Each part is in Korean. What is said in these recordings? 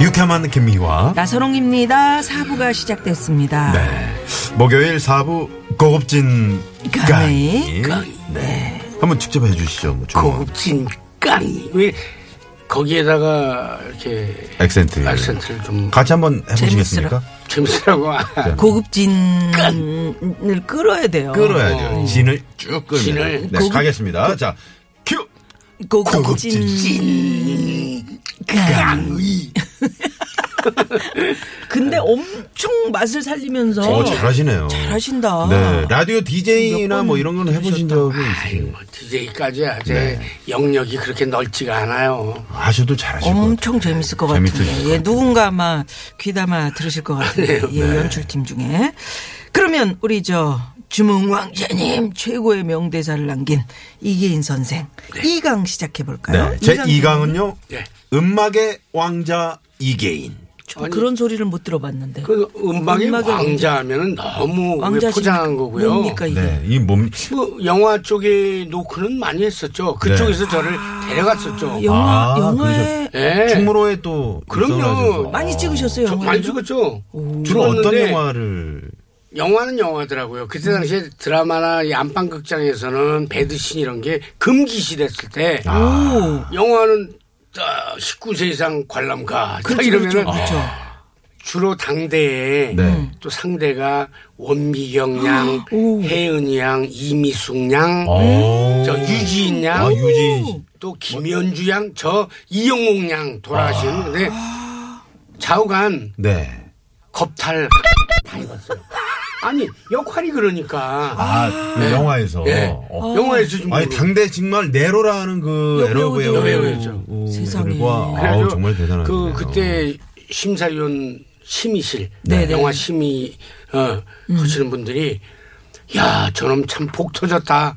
유쾌한 김미와 나선홍입니다. 사부가 시작됐습니다. 네. 목요일 4부 고급진 강의. 강의. 네. 한번 직접 해주시죠. 뭐 조언. 고급진 깐. 왜 거기에다가 이렇게 액센트. 액센트를 좀 같이 한번 해보시겠습니까? 재밌으라고 네. 고급진을 끌어야 돼요. 끌어야죠. 진을 쭉 끌면. 진을. 네, 고급- 가겠습니다. 자, 큐. 고급진. 강. 근데 엄청 맛을 살리면서 어, 잘하시네요. 잘하신다. 네. 라디오 DJ나 몇 뭐 번 이런 건 해보신 적이 있으세요? 아이고 DJ까지 뭐 아직 네. 영역이 그렇게 넓지가 않아요. 아셔도 잘하실 것 엄청 같아요. 네. 재밌을 것 재밌으실 것 같은데 예, 누군가 아마 귀담아 들으실 것 같은데 예, 연출팀 중에 그러면 우리 저 주문왕자님 최고의 명대사를 남긴 이기인 선생 이 2강 시작해 볼까요? 네. 제 2강은요. 네. 음악의 왕자 이계인. 그런 소리를 못 들어봤는데 그 음악의 음악의 왕자 하면은 너무 왜 왕자십니까? 그 포장한 거고요. 뭡니까 이게? 네. 이 몸. 뭐 영화 쪽에 노크는 많이 했었죠. 네. 그쪽에서 저를 데려갔었죠. 아, 영화 영화에 예. 충무로에 또. 그럼요. 입성하셔서. 많이 찍으셨어요. 저 영화 많이 찍었죠. 주로 어떤 찍었는데 영화를 영화는 영화더라고요. 그때 당시에 드라마나 이 안방극장에서는 배드신 이런 게 금기시 됐을 때 아. 영화는 19세 이상 관람가 딱 그렇죠, 이러면은 그렇죠, 아, 그렇죠. 아. 주로 당대에 네. 또 상대가 원미경 양, 혜은이 양, 이미숙 양, 오. 저 유지인 양, 아, 유지인 씨. 또 김현주 양, 저 이영옥 양 돌아가시는데 좌우간 네. 겁탈 다 입었어요. 아니 역할이 그러니까 아, 그 영화에서. 예. 어. 영화에서 좀 그러니까. 아니, 당대 정말 네로라는 그 여배우도. 에러배우. 여배우였죠. 세상에. 아우, 정말 대단하네요. 그 그때 심사위원 심의실 네, 네. 영화 심의 어, 하시는 분들이 야 저놈 참 복 터졌다.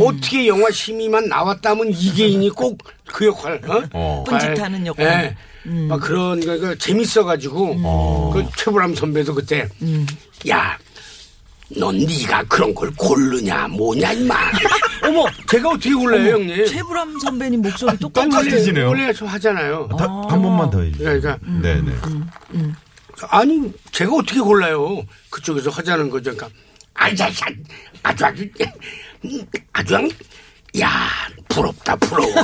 어떻게 영화 심의만 나왔다면 이계인이 꼭 그 역할 어? 어. 뻔짓하는 역할. 예. 막 그런 거 재밌어가지고 그 최불암 선배도 그때 야. 넌 네가 그런 걸 고르냐 뭐냐 임마 어머 제가 어떻게 골라요 형님 최불암 선배님 목소리 똑같아. 똑같으시네요. 어. 원래 좀 하잖아요. 다- 한 번만 더 해주세요. 그러니까. 네네. 아니 제가 어떻게 골라요? 그쪽에서 하자는 거죠. 그러니까 아자샤 아주 아주 아주 양- 야 부럽다 부러워.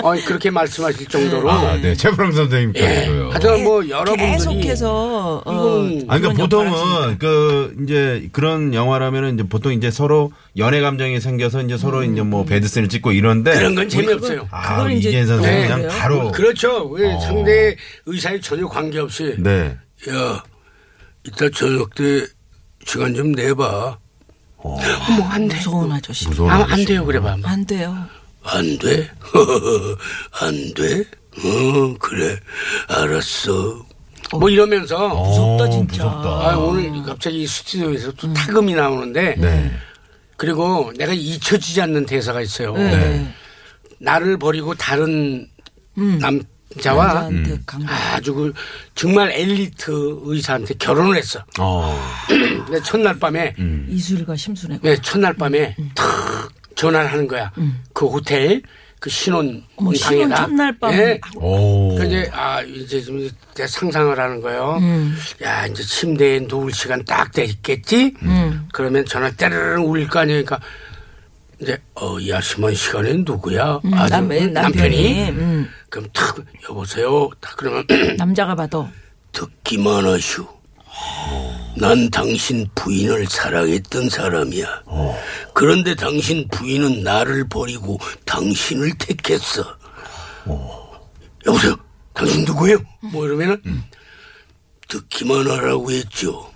어 그렇게 말씀하실 정도로. 아, 네. 최불암 선생님께서요. 하여튼 뭐 여러분들이 계속해서 어, 이건- 아니, 그러니까 그런 역할을 하시니까. 보통은, 그, 이제, 그런 영화라면은, 이제 보통 이제 서로 연애 감정이 생겨서 이제 서로 이제 뭐 배드슨을 찍고 이런데. 그런 건 재미없어요. 아, 그걸 이제 이재인 선생님 네. 그냥 바로. 아. 그렇죠. 왜 상대 의사에 전혀 관계없이 네. 야 이따 저녁 때 시간 좀 내봐. 어머 안 돼. 무서운 아저씨. 무서운 아, 안 아저씨. 돼요 그래 봐. 안 돼요. 안 돼? 안 돼? 어, 그래. 알았어. 뭐 이러면서. 어, 무섭다, 진짜. 무섭다. 아, 오늘 갑자기 스튜디오에서 또 타금이 나오는데. 네. 그리고 내가 잊혀지지 않는 대사가 있어요. 네. 나를 버리고 다른 남자와 남자한테 강박. 아주 그 정말 엘리트 의사한테 결혼을 했어. 어. 내 첫날 밤에 음. 이술과 심술의 네, 첫날 밤에 음, 탁 전화를 하는 거야. 그 호텔 그 신혼 어머, 신혼 방에다. 첫날 밤. 아. 예. 오. 그 이제 아 이제 좀 이제 상상을 하는 거예요. 음. 야 이제 침대에 누울 시간 딱 됐겠지. 음. 그러면 전화 때르르 울릴 거 아니니까 이제 어이 아침한 시간에 누구야? 아, 저 남- 남편이? 음. 그럼 탁 여보세요. 탁 그러면 남자가 봐도 듣기만 하슈. 난 당신 부인을 사랑했던 사람이야. 그런데 당신 부인은 나를 버리고 당신을 택했어. 여보세요? 당신 누구예요? 뭐 이러면은 듣기만 하라고 했죠.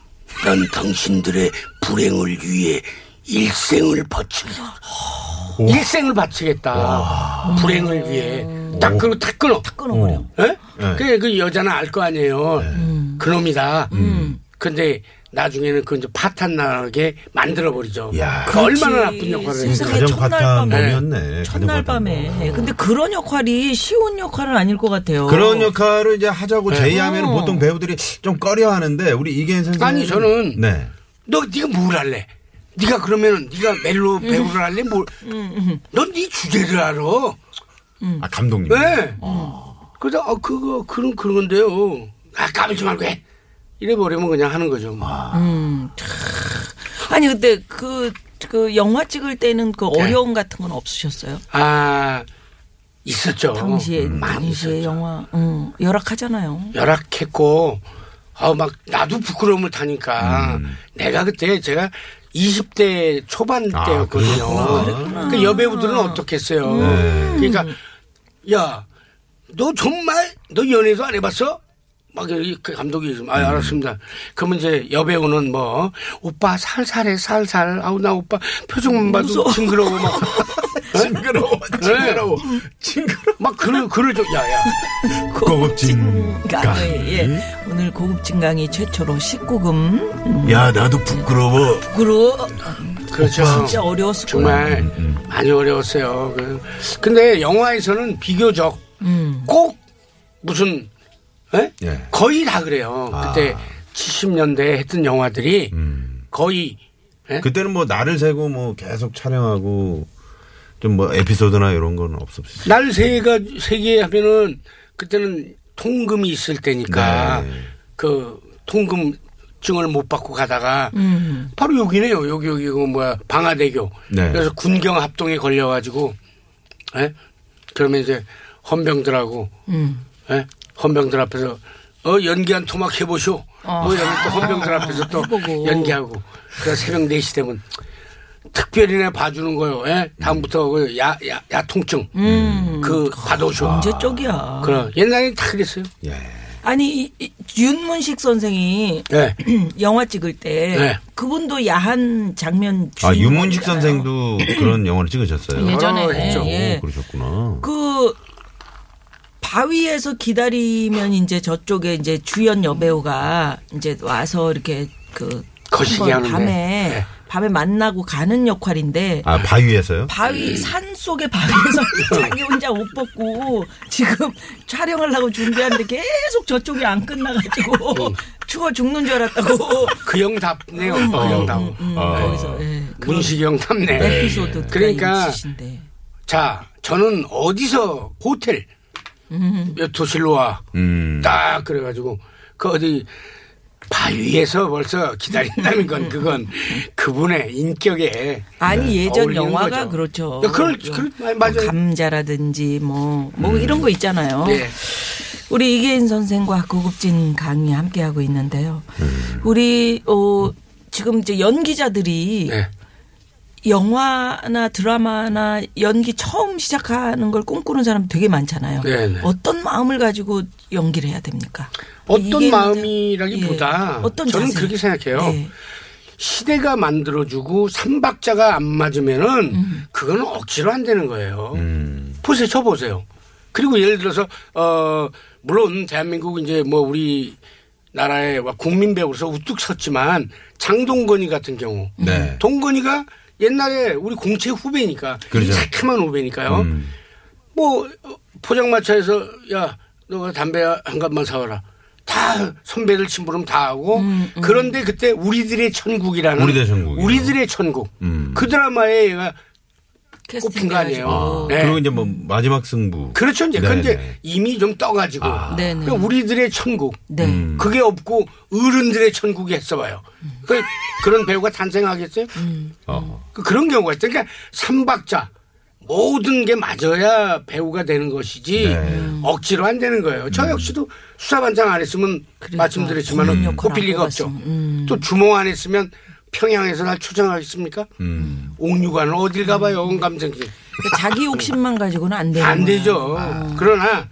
난 당신들의 불행을 위해 일생을 바치겠다. 일생을 바치겠다. 불행을 위해. 딱 그러고 탁 끊어. 끊어버려. 예? 네. 그래, 그 여자는 알 거 아니에요. 음. 그놈이다. 근데 나중에는 그 이제 파탄 나게 만들어버리죠. 야. 그 얼마나 나쁜 역할을 세상에. 했어. 세상에 가정 첫날 파탄 밤에. 놈이었네. 첫날 가정 파탄 밤에. 근데 그런 역할이 쉬운 역할은 아닐 것 같아요. 그런 역할을 이제 하자고 제의하면 보통 배우들이 좀 꺼려하는데 우리 이계인 선생님 아니, 저는 네. 너 네가 뭘 할래? 네가 그러면은 네가 멜로 음. 배우를 할래? 뭘? 넌네 주제를 알아. 아 감독님. 네. 그래서 어, 그거 그런 그런 건데요. 아 까불지 말고 해. 이래 버리면 그냥 하는 거죠. 뭐. 아니 근데 그, 그 영화 찍을 때는 그 네. 어려움 같은 건 없으셨어요? 아 있었죠. 당시에 많이 당시에 음, 있었죠. 영화 응, 열악하잖아요. 열악했고 아 막 나도 부끄러움을 타니까 내가 그때 제가 20대 초반 아, 때였거든요. 그 여배우들은 어떻겠어요. 그러니까 야 너 정말 너 연애도 안 해봤어? 막 이 감독이 좀, 아 알았습니다. 그러면 이제 여배우는 뭐 오빠 살살해 살살 아우 나 오빠 표정만 봐도 징그러워 막 징그러워, 징그러워, 징그러워. 막 글을 글을 좀 야야 고급진 아, 강의 음. 예. 오늘 고급진 강의 최초로 19금 야 나도 부끄러워. 그룹 그렇죠. 진짜 어려웠을 거예요. 음, 정말 많이 어려웠어요. 그- 근데 영화에서는 비교적 꼭 무슨 에? 예. 거의 다 그래요. 아. 그때 70년대 했던 영화들이 음. 거의 에? 그때는 뭐 날을 새고 뭐 계속 촬영하고 좀 뭐 에피소드나 이런 건 없었어요. 날 세가 세개 하면은 그때는 통금이 있을 때니까 네. 그 통금증을 못 받고 가다가 바로 여기네요. 여기 여기 그 뭐야 방화대교. 네. 그래서 군경 합동에 걸려가지고 예? 그러면 이제 헌병들하고 음. 예? 헌병들 앞에서 어 연기 한 토막 해보쇼. 뭐 이러면 또 헌병들 앞에서 또 어. 해보고. 연기하고. 그래서 새벽 4시 되면 특별히나 봐주는 거요. 예? 다음부터 그 야, 야, 야통증. 그, 받아오셔. 음. 언제 쪽이야? 그럼 옛날엔 다 그랬어요. 예. 아니 이- 이 윤문식 선생이 예. 영화 찍을 때 네. 그분도 야한 장면 아 주인공이잖아요. 유문식 선생도 그런 영화를 찍으셨어요. 예전에 어, 했죠. 예. 오, 그러셨구나. 그 바위에서 기다리면 이제 저쪽에 이제 주연 여배우가 이제 와서 이렇게 그 거시기 한번 하는데. 밤에 네. 밤에 만나고 가는 역할인데 아 바위에서요? 음. 바위 산 속에 바위에서 자기 혼자 옷 벗고 지금 촬영하려고 준비하는데 계속 저쪽이 안 음. 끝나가지고 추워 죽는 줄 알았다고 그형 답네요. 음. 그형 답. 아. 거기서 예, 그런 문식이 형 답네. 에피소드가 그러니까 있으신데 자, 저는 어디서 호텔 음. 몇 호실로 와. 음. 딱 그래가지고 그 어디 바위에서 벌써 기다린다는 건 그건 그분의 인격에 아니 예전 네. 어울리는 영화가 거죠. 그렇죠. 어, 그럴 좀 그럴 맞아요. 감자라든지 뭐 뭐 이런 거 있잖아요. 네. 우리 이계인 선생과 고급진 강의 함께 하고 있는데요. 음. 우리 어 지금 이제 연기자들이 네. 영화나 드라마나 연기 처음 시작하는 걸 꿈꾸는 사람 되게 많잖아요. 네, 네. 어떤 마음을 가지고 연기를 해야 됩니까? 어떤 이게 이제- 마음이라기보다 저는 자세? 그렇게 생각해요. 네. 시대가 만들어주고 삼박자가 안 맞으면은 그거는 억지로 안 되는 거예요. 음. 보세요, 저 보세요. 그리고 예를 들어서 어 물론 대한민국 이제 뭐 우리 나라의 와- 국민 배우로서 우뚝 섰지만 장동건이 같은 경우, 네. 동건이가 옛날에 우리 공채 후배니까 그러죠. 음. 새카만 후배니까요. 뭐 어, 포장마차에서 야 너가 담배 한 갑만 사와라. 다 선배들 심부름 다 하고 음, 그런데 그때 우리들의 천국이라는 우리들의 천국이요. 우리들의 천국 음. 그 드라마에 얘가 꼽힌 캐스팅돼가지고. 거 아니에요. 네. 그리고 이제 뭐 마지막 승부. 그렇죠 이제 그 네, 이제 네. 이미 좀 떠가지고 아. 음. 네네. 그 우리들의 천국 네. 그게 없고 어른들의 천국이 했어봐요. 그 그런 배우가 탄생하겠어요? 음. 어. 그- 그런 경우가 있어요. 그러니까 삼박자 모든 게 맞아야 배우가 되는 것이지 네. 음. 억지로 안 되는 거예요. 저 역시도 수사반장 안 했으면 그런 말씀드렸지만은 역할 뽑힐 안 리가 없죠. 뽑았으면. 음. 또 주몽 안 했으면 평양에서 날 초청하겠습니까? 음. 옥류관은 어딜 음. 가봐요, 온감정기. 그러니까 자기 욕심만 가지고는 안 되는 안 거예요. 되죠. 그러나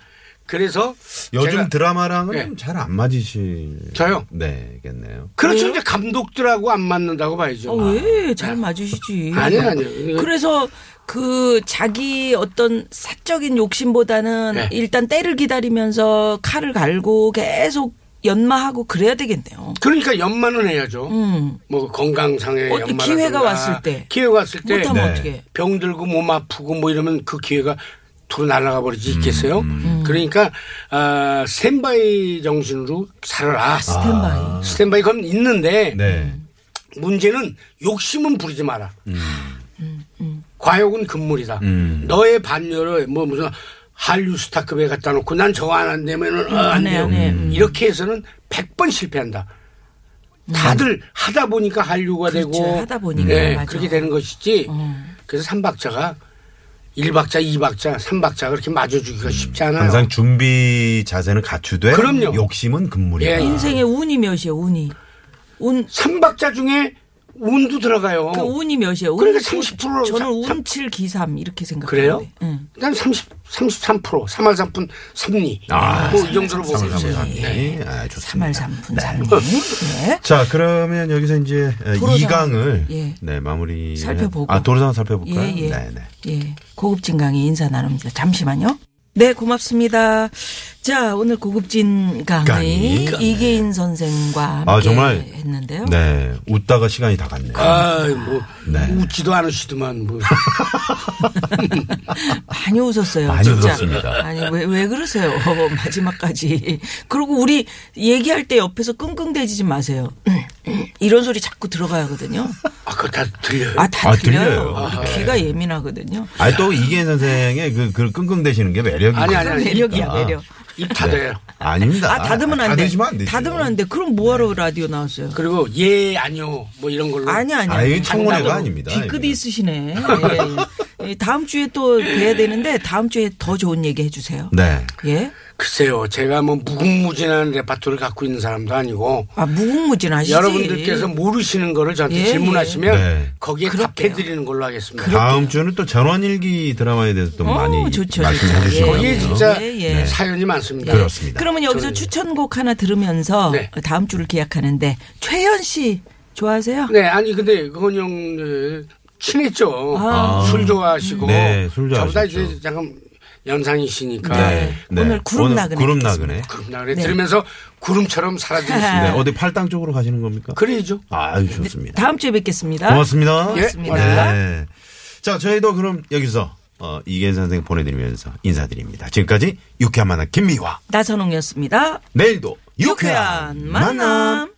그래서 요즘 제가- 드라마랑은 예. 좀 잘 안 맞으시. 저요? 네겠네요. 그렇죠 이제 감독들하고 안 맞는다고 봐야죠. 어, 왜 잘 맞으시지? 아. 아니요, 아니요. 그래서 그 자기 어떤 사적인 욕심보다는 네. 일단 때를 기다리면서 칼을 갈고 계속 연마하고 그래야 되겠네요. 그러니까 연마는 해야죠. 음. 뭐 건강상의 어, 연마. 기회가 왔을 때. 기회가 왔을 때. 못하면 네. 어떻게? 병 들고 몸 아프고 뭐 이러면 그 기회가 도로 날아가 버리지 있겠어요. 음. 그러니까 아, 스탠바이 정신으로 살아라. 스탠바이. 스탠바이 건 있는데 네. 문제는 욕심은 부리지 마라. 음, 과욕은 금물이다. 음. 너의 반열을 뭐 무슨 한류 스타급에 갖다 놓고 난 저거 안 되면은 어, 안 안 해, 돼요. 안 해. 음. 이렇게 해서는 100번 실패한다. 다들 하다 보니까 한류가 그렇죠. 되고 하다 보니까, 네, 맞아. 어. 그렇게 되는 것이지. 그래서 삼박자가 1박자, 2박자, 3박자가 그렇게 맞아주기가 쉽지 않아요. 항상 준비 자세는 갖추되 그럼요. 욕심은 예, 금물이다. 인생의 운이 몇이에요, 운이? 운, 3박자 중에 운도 들어가요. 그 운이 몇이에요? 운, 그러니까 30% 저는 삼- 운칠 기삼 이렇게 생각해요. 그래요? 음. 난 30, 33%, 3할 3푼 3리. 뭐 이 정도로 보고 아, 삼삼삼. 있어요. 네. 아, 좋습니다. 3할 3푼 3리. 네. 자, 그러면 여기서 이제 도로상. 이강을 예. 네, 마무리 살펴보고. 아, 도로상 살펴볼까요? 예, 예. 네, 네. 예. 고급진 강의 인사 나눕니다. 잠시만요. 네, 고맙습니다. 자, 오늘 고급진 강의 강의. 네. 이계인 선생과 함께 아, 정말. 했는데요. 네. 웃다가 시간이 다 갔네요. 아, 뭐 네. 웃지도 않으시더만 뭐. 많이 웃었어요. 많이 진짜. 웃었습니다. 아니 왜 왜 그러세요? 마지막까지. 그리고 우리 얘기할 때 옆에서 끙끙대지 마세요. 이런 소리 자꾸 들어가거든요. 아, 그거 다 들려요. 아, 다 아, 네. 들려요. 들려요. 우리 귀가 예민하거든요. 아니 또 이기현 선생의 그, 그 끙끙대시는 게 매력이 아니, 아니, 아니. 매력이야, 매력. 입 닫아요. 네. 아닙니다. 아, 닫으면 안 돼. 닫으시면 안 되죠. 닫으면 안 돼. 그럼 뭐하러 라디오 나왔어요? 그리고 예, 아니요. 뭐 이런 걸로. 아니 아니. 아, 이게 청문회가 장담으로 아닙니다. 뒤끝이 이거는. 있으시네. 예, 예. 예, 다음 주에 또 뵈야 되는데 다음 주에 더 좋은 얘기 해주세요. 네. 예. 글쎄요. 제가 뭐 무궁무진한 레파토리를 갖고 있는 사람도 아니고 아 무궁무진하시지. 여러분들께서 모르시는 거를 저한테 예, 질문하시면 네. 거기에 그럴게요. 답해 드리는 걸로 하겠습니다. 다음 주는 또 전원일기 드라마에 대해서 또 어, 많이 좋죠, 말씀해 좋죠. 주시거요 거기에 예, 진짜 예, 예. 사연이 많습니다. 그렇습니다. 그러면 여기서 저는요. 추천곡 하나 들으면서 네. 다음 주를 기약하는데 최현 씨 좋아하세요? 네, 아니 근데 그건영 네, 친했죠. 아. 술 좋아하시고. 네, 술 저보다 좋아하시죠. 이제 잠깐 연상이시니까. 네. 네. 오늘 구름 나그네 구름 듣겠습니다. 나그네. 그렇구나. 그래 네. 들으면서 구름처럼 사라지시네. 네, 아. 어디 팔당 쪽으로 가시는 겁니까? 그래야죠. 아유, 좋습니다. 다음 주에 뵙겠습니다. 고맙습니다. 예, 고맙습니다. 네. 자, 저희도 그럼 여기서 어, 이계현 선생 보내드리면서 인사드립니다. 지금까지 유쾌한 만남 김미화. 나선홍이었습니다. 내일도 유쾌한 유쾌한 만남.